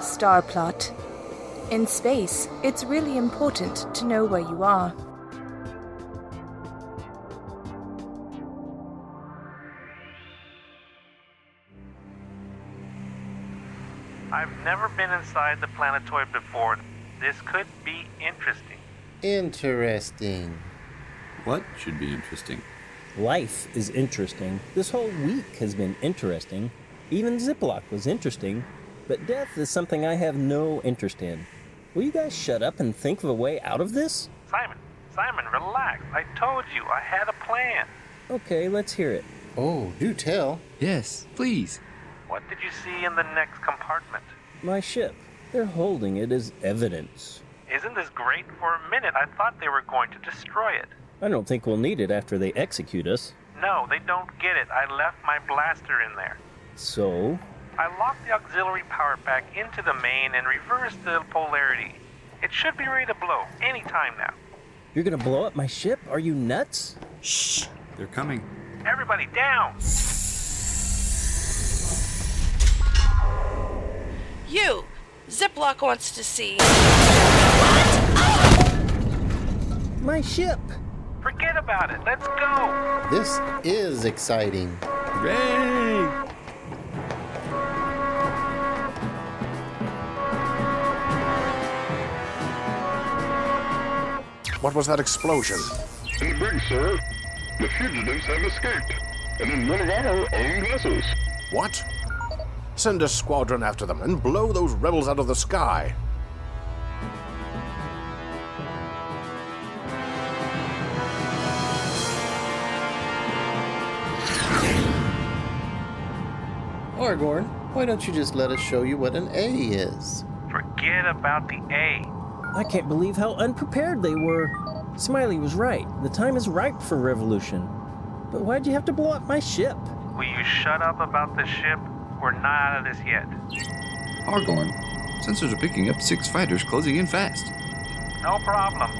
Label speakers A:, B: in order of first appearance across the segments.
A: star plot. In space, it's really important to know where you are.
B: I've never been inside the planetoid before. This could be interesting.
C: Interesting.
D: What should be interesting?
E: Life is interesting. This whole week has been interesting. Even Ziploc was interesting. But death is something I have no interest in. Will you guys shut up and think of a way out of this?
B: Simon, Simon, relax. I told you I had a plan.
E: Okay, let's hear it.
C: Oh, do tell.
D: Yes, please.
B: What did you see in the next compartment?
E: My ship. They're holding it as evidence.
B: Isn't this great? For a minute, I thought they were going to destroy it.
E: I don't think we'll need it after they execute us.
B: No, they don't get it. I left my blaster in there.
E: So,
B: I locked the auxiliary power pack into the main and reversed the polarity. It should be ready to blow any time now.
E: you're gonna blow up my ship? Are you nuts?
D: Shh. They're coming.
B: Everybody down!
F: You! Ziploc wants to see.
E: My ship!
B: Forget about it. Let's go!
C: This is exciting.
D: Hooray!
G: What was that explosion?
H: In the brig, sir, the fugitives have escaped, and in one of our own vessels.
G: What? Send a squadron after them and blow those rebels out of the sky.
C: Argorn, why don't you just let us show you what an A is?
B: Forget about the A.
E: I can't believe how unprepared they were. Smiley was right. The time is ripe for revolution. But why'd you have to blow up my ship?
B: Will you shut up about the ship? We're not out of this yet.
D: Argorn. Sensors are picking up six fighters closing in fast.
B: No problem.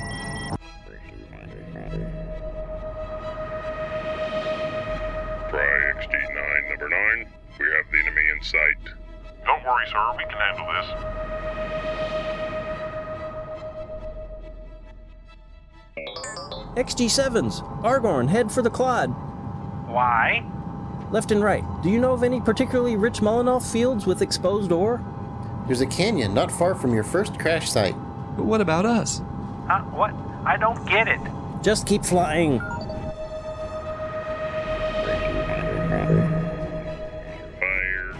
H: Fry XD9, number 9, we have the enemy in sight.
I: Don't worry, sir. We can handle this.
E: XG7s, Argorn, head for the clod.
B: Why?
E: Left and right. Do you know of any particularly rich Molinoff fields with exposed ore?
C: There's a canyon not far from your first crash site.
D: But what about us?
B: Huh? What? I don't get it.
E: Just keep flying.
H: Fire.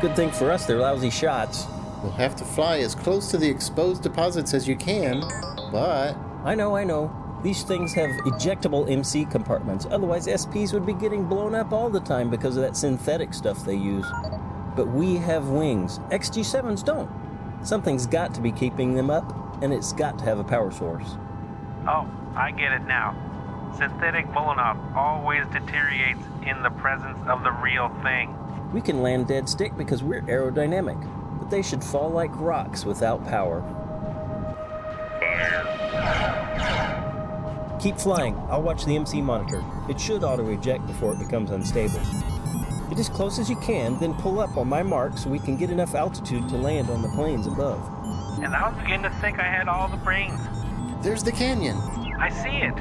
E: Good thing for us, they're lousy shots.
C: You'll have to fly as close to the exposed deposits as you can, but
E: I know, I know. These things have ejectable MC compartments. Otherwise, SPs would be getting blown up all the time because of that synthetic stuff they use. But we have wings. XG7s don't. Something's got to be keeping them up, and it's got to have a power source.
B: Oh, I get it now. Synthetic Molotov always deteriorates in the presence of the real thing.
E: We can land dead stick because we're aerodynamic, but they should fall like rocks without power.
H: Fire.
E: Keep flying. I'll watch the MC monitor. It should auto eject before it becomes unstable. Get as close as you can, then pull up on my mark so we can get enough altitude to land on the planes above.
B: And I was beginning to think I had all the brains.
C: there's the canyon.
B: I see it.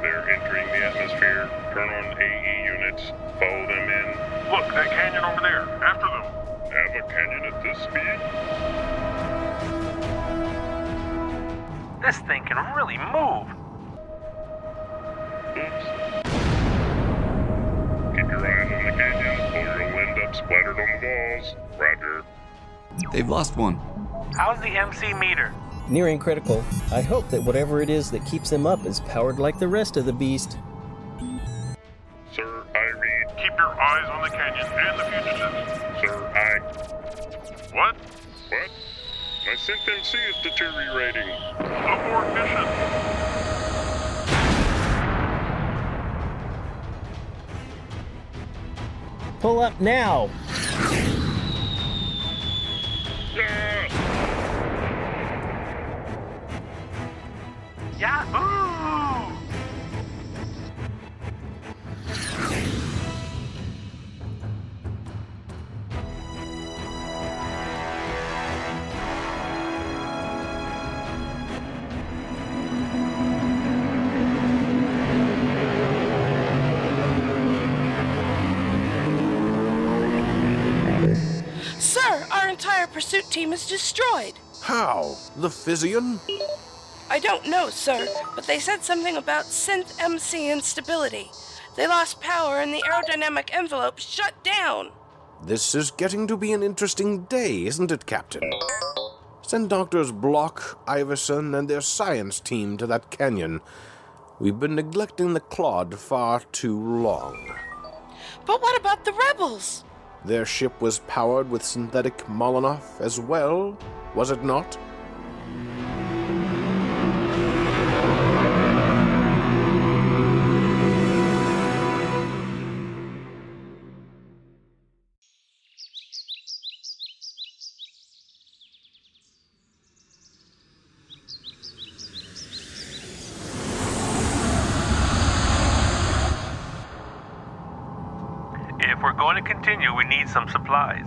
H: They're entering the atmosphere. Turn on AE units. Follow them in.
I: Look, that canyon over there. After them.
H: Have a canyon at this speed?
B: This thing can really move.
H: Oops. Keep your eyes on the canyon or you'll end up splattered on the walls. Roger.
D: They've lost one.
B: How's the MC meter?
E: Nearing critical, I hope that whatever it is that keeps them up is powered like the rest of the beast.
H: Sir, I read.
I: Keep your eyes on the canyon and the fugitives.
H: Sir, I.
I: What?
H: What? My synth MC is deteriorating.
I: Abort mission.
E: Pull up now!
H: Yeah!
B: Yahoo!
F: pursuit team is destroyed.
G: How? The Physian?
F: I don't know, sir, but they said something about synth MC instability. They lost power and the aerodynamic envelope shut down.
G: This is getting to be an interesting day, isn't it, Captain? Send Doctors Block, Iverson, and their science team to that canyon. We've been neglecting the Clod far too long.
F: But what about the rebels?
G: Their ship was powered with synthetic Molotov as well, was it not?
B: If we're going to continue, we need some supplies.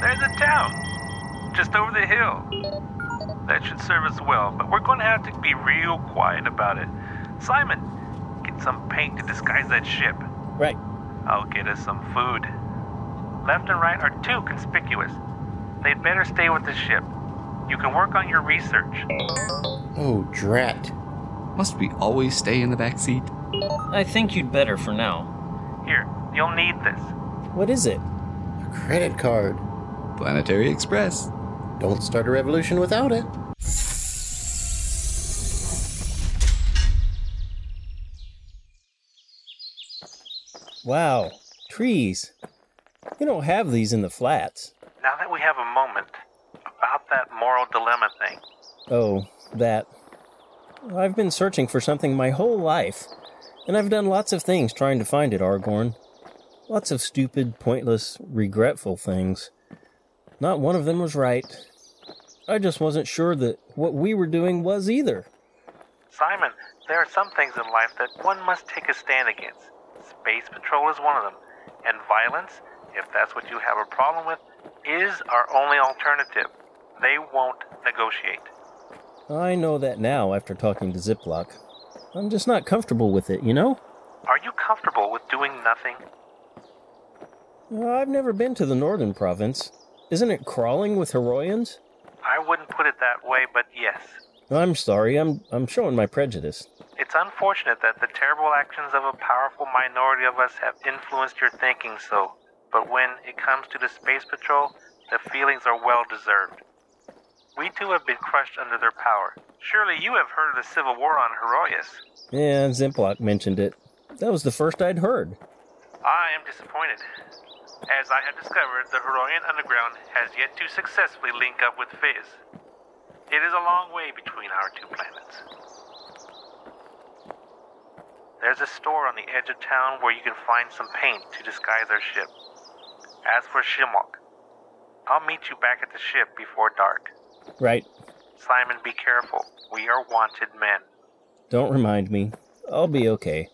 B: There's a town just over the hill. That should serve us well, but we're going to have to be real quiet about it. Simon, get some paint to disguise that ship.
E: Right.
B: I'll get us some food. Left and right are too conspicuous. They'd better stay with the ship. You can work on your research.
C: Oh, drat.
D: Must we always stay in the back seat?
E: I think you'd better for now.
B: Here, you'll need this.
E: What is it?
C: A credit card.
D: Planetary Express.
C: Don't start a revolution without it.
E: Wow, trees. You don't have these in the flats.
B: Now that we have a moment, about that moral dilemma thing.
E: Oh, that. I've been searching for something my whole life, and I've done lots of things trying to find it, Argorn. Lots of stupid, pointless, regretful things. Not one of them was right. I just wasn't sure that what we were doing was either.
B: Simon, there are some things in life that one must take a stand against. Space Patrol is one of them. And violence, if that's what you have a problem with, is our only alternative. They won't negotiate.
E: I know that now after talking to Ziploc. I'm just not comfortable with it, you know?
B: Are you comfortable with doing nothing?
E: Well, Uh, I've never been to the northern province. Isn't it crawling with Heroians?
B: I wouldn't put it that way, but yes.
E: I'm sorry, I'm, I'm showing my prejudice.
B: It's unfortunate that the terrible actions of a powerful minority of us have influenced your thinking so, but when it comes to the Space Patrol, the feelings are well deserved. We too have been crushed under their power. Surely you have heard of the civil war on Heroius.
E: Yeah, Ziploc mentioned it. That was the first I'd heard.
B: I am disappointed. As I have discovered, the Heroian Underground has yet to successfully link up with Fizz. It is a long way between our two planets. There's a store on the edge of town where you can find some paint to disguise our ship. As for Shimok, I'll meet you back at the ship before dark.
E: Right.
B: Simon, be careful. We are wanted men.
E: Don't remind me. I'll be okay.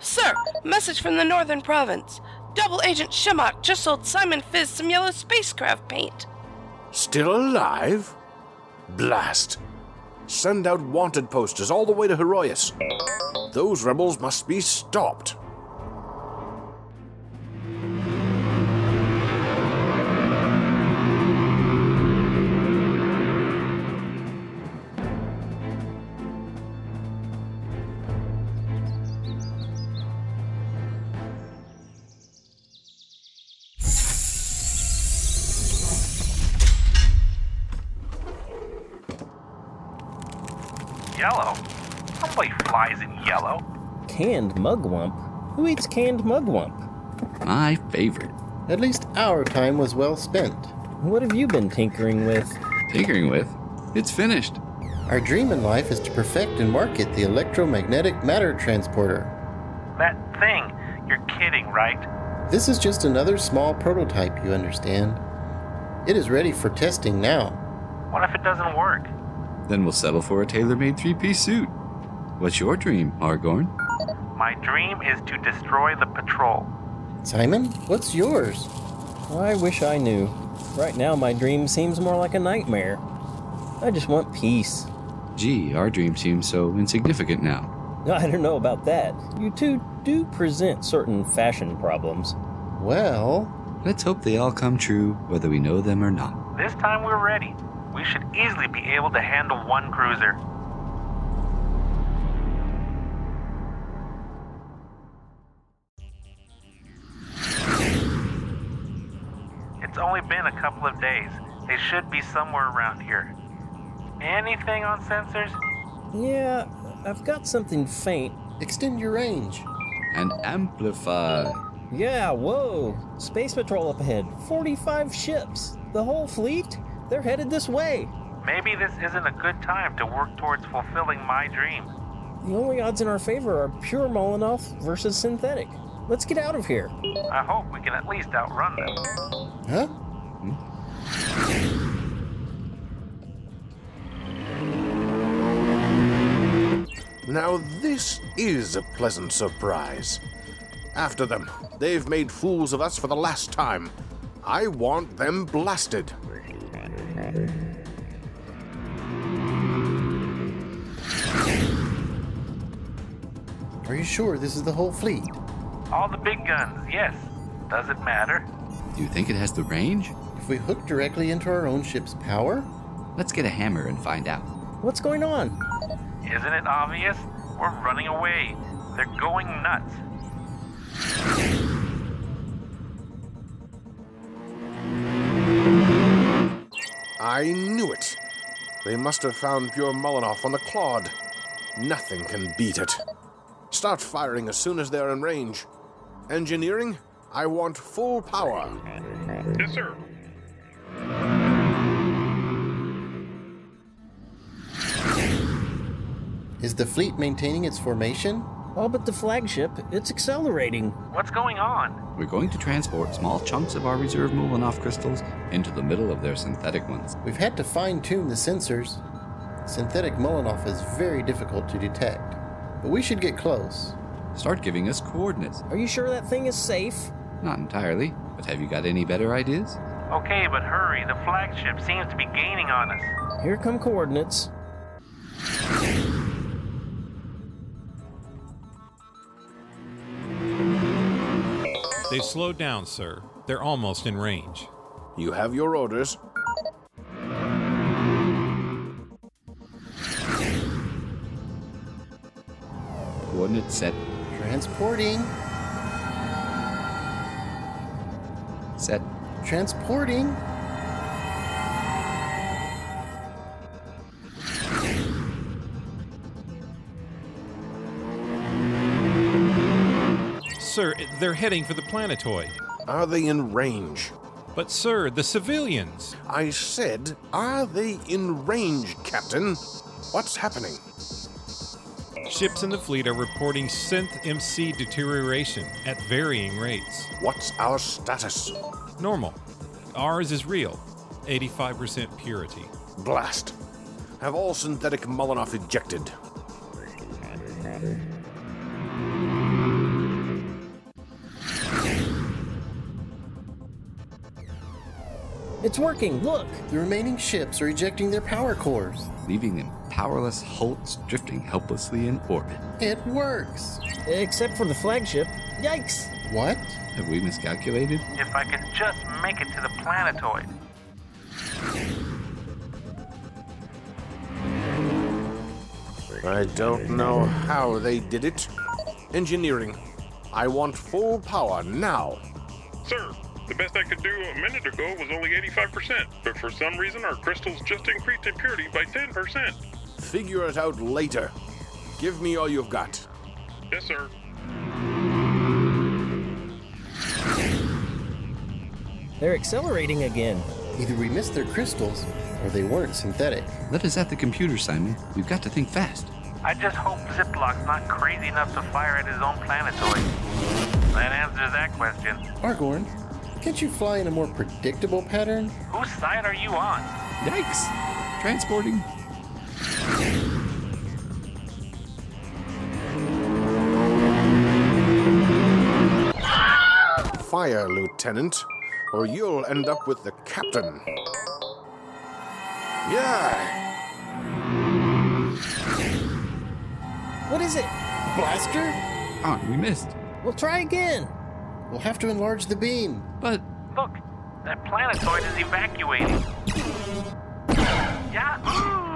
F: Sir, message from the northern province. Double Agent Shimok just sold Simon Fizz some yellow spacecraft paint.
G: Still alive? Blast. Send out wanted posters all the way to Heroius. Those rebels must be stopped.
B: Yellow? Nobody flies in yellow.
E: Canned mugwump? Who eats canned mugwump?
D: My favorite.
C: At least our time was well spent.
E: What have you been tinkering with?
D: Tinkering with. It's finished.
C: Our dream in life is to perfect and market the electromagnetic matter transporter.
B: That thing, you're kidding, right?
C: This is just another small prototype, you understand. It is ready for testing now.
B: What if it doesn't work?
D: Then we'll settle for a tailor made three piece suit. What's your dream, Argorn?
B: My dream is to destroy the patrol.
C: Simon, what's yours?
E: Well, I wish I knew. Right now, my dream seems more like a nightmare. I just want peace.
D: Gee, our dream seems so insignificant now.
E: I don't know about that. You two do present certain fashion problems.
C: Well,
D: Let's hope they all come true, whether we know them or not.
B: This time we're ready. We should easily be able to handle one cruiser. It's only been a couple of days. They should be somewhere around here. Anything on sensors?
E: Yeah, I've got something faint.
C: extend your range.
D: And amplify.
E: Yeah, whoa! Space Patrol up ahead. 45 ships! The whole fleet? They're headed this way!
B: Maybe this isn't a good time to work towards fulfilling my dream.
E: The only odds in our favor are pure Molotov versus synthetic. Let's get out of here.
B: I hope we can at least outrun them.
C: Huh?
G: Now, this is a pleasant surprise. After them, they've made fools of us for the last time. I want them blasted.
C: Are you sure this is the whole fleet?
B: All the big guns, yes. Does it matter?
D: Do you think it has the range?
C: If we hook directly into our own ship's power?
D: Let's get a hammer and find out.
E: What's going on?
B: Isn't it obvious? We're running away. They're going nuts.
G: I knew it. They must have found pure Molinoff on the clod. Nothing can beat it. Start firing as soon as they're in range. Engineering, I want full power.
I: Yes, sir.
C: Is the fleet maintaining its formation?
E: All but the flagship. It's accelerating.
B: What's going on?
D: We're going to transport small chunks of our reserve Molotov crystals into the middle of their synthetic ones.
C: We've had to fine tune the sensors. Synthetic Molotov is very difficult to detect, but we should get close.
D: Start giving us coordinates.
E: Are you sure that thing is safe?
D: Not entirely, but have you got any better ideas?
B: Okay, but hurry. The flagship seems to be gaining on us.
E: Here come coordinates.
J: They've slowed down, sir. They're almost in range.
G: You have your orders.
D: Coordinates set.
C: Transporting,
D: Set.
C: transporting.
J: Sir, they're heading for the planetoid.
G: Are they in range?
J: But, sir, the civilians.
G: I said, are they in range, Captain? What's happening?
J: Ships in the fleet are reporting synth MC deterioration at varying rates.
G: What's our status?
J: Normal. Ours is real. 85% purity.
G: Blast. Have all synthetic Molinoff ejected.
E: It's working, look!
C: The remaining ships are ejecting their power cores.
D: leaving them powerless hulks drifting helplessly in orbit.
C: It works.
E: Except for the flagship. Yikes!
C: What?
D: Have we miscalculated?
B: If I could just make it to the planetoid.
G: I don't know how they did it. Engineering, I want full power now.
I: Sir, the best I could do a minute ago was only 85%, but for some reason our crystals just increased in purity by 10%.
G: Figure it out later. Give me all you've got.
I: Yes, sir.
E: They're accelerating again.
C: Either we missed their crystals or they weren't synthetic.
D: Let us at the computer, Simon. We've got to think fast.
B: I just hope Ziplock's not crazy enough to fire at his own planetoid. That answers that question.
C: Argorn, can't you fly in a more predictable pattern?
B: Whose side are you on?
D: Yikes! Transporting.
G: fire, Lieutenant, or you'll end up with the captain. Yeah!
E: What is it?
C: Blaster?
D: Ah, we missed.
E: We'll try again.
C: We'll have to enlarge the beam.
D: But
B: Look, that planetoid is evacuating. Yahoo!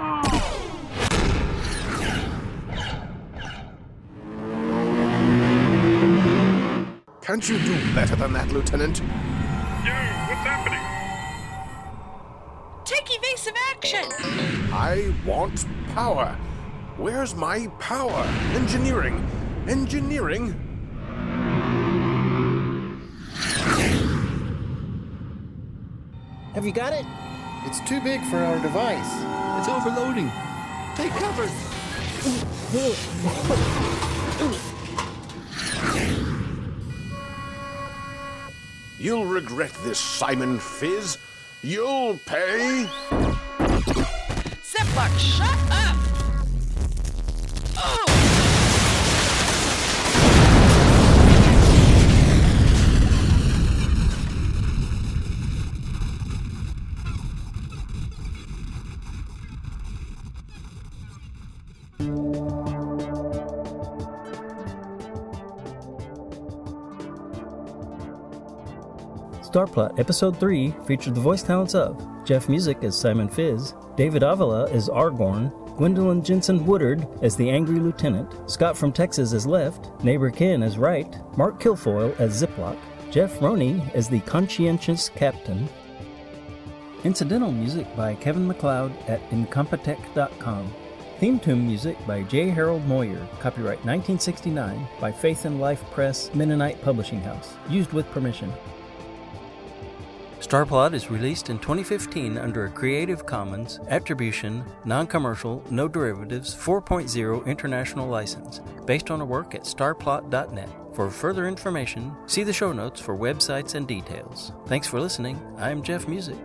G: Can't you do better than that, Lieutenant?
I: Yo, what's happening?
F: Take evasive action!
G: I want power. Where's my power? Engineering. Engineering.
E: Have you got it?
C: It's too big for our device.
D: it's overloading. Take cover.
G: You'll regret this, Simon Fizz. You'll pay.
F: Ziploc, shut up! Oh!
E: Starplot Episode 3 featured the voice talents of Jeff Music as Simon Fizz, David Avila as Argorn, Gwendolyn Jensen Woodard as the Angry Lieutenant, Scott from Texas as Left, Neighbor Ken as Right, Mark Kilfoyle as Ziploc, Jeff Roney as the Conscientious Captain. Incidental music by Kevin McLeod at Incompetech.com. Theme tune music by J. Harold Moyer, copyright 1969 by Faith and Life Press, Mennonite Publishing House, used with permission. Starplot is released in 2015 under a Creative Commons Attribution, Non Commercial, No Derivatives 4.0 International License, based on a work at starplot.net. For further information, see the show notes for websites and details. Thanks for listening. I'm Jeff Music.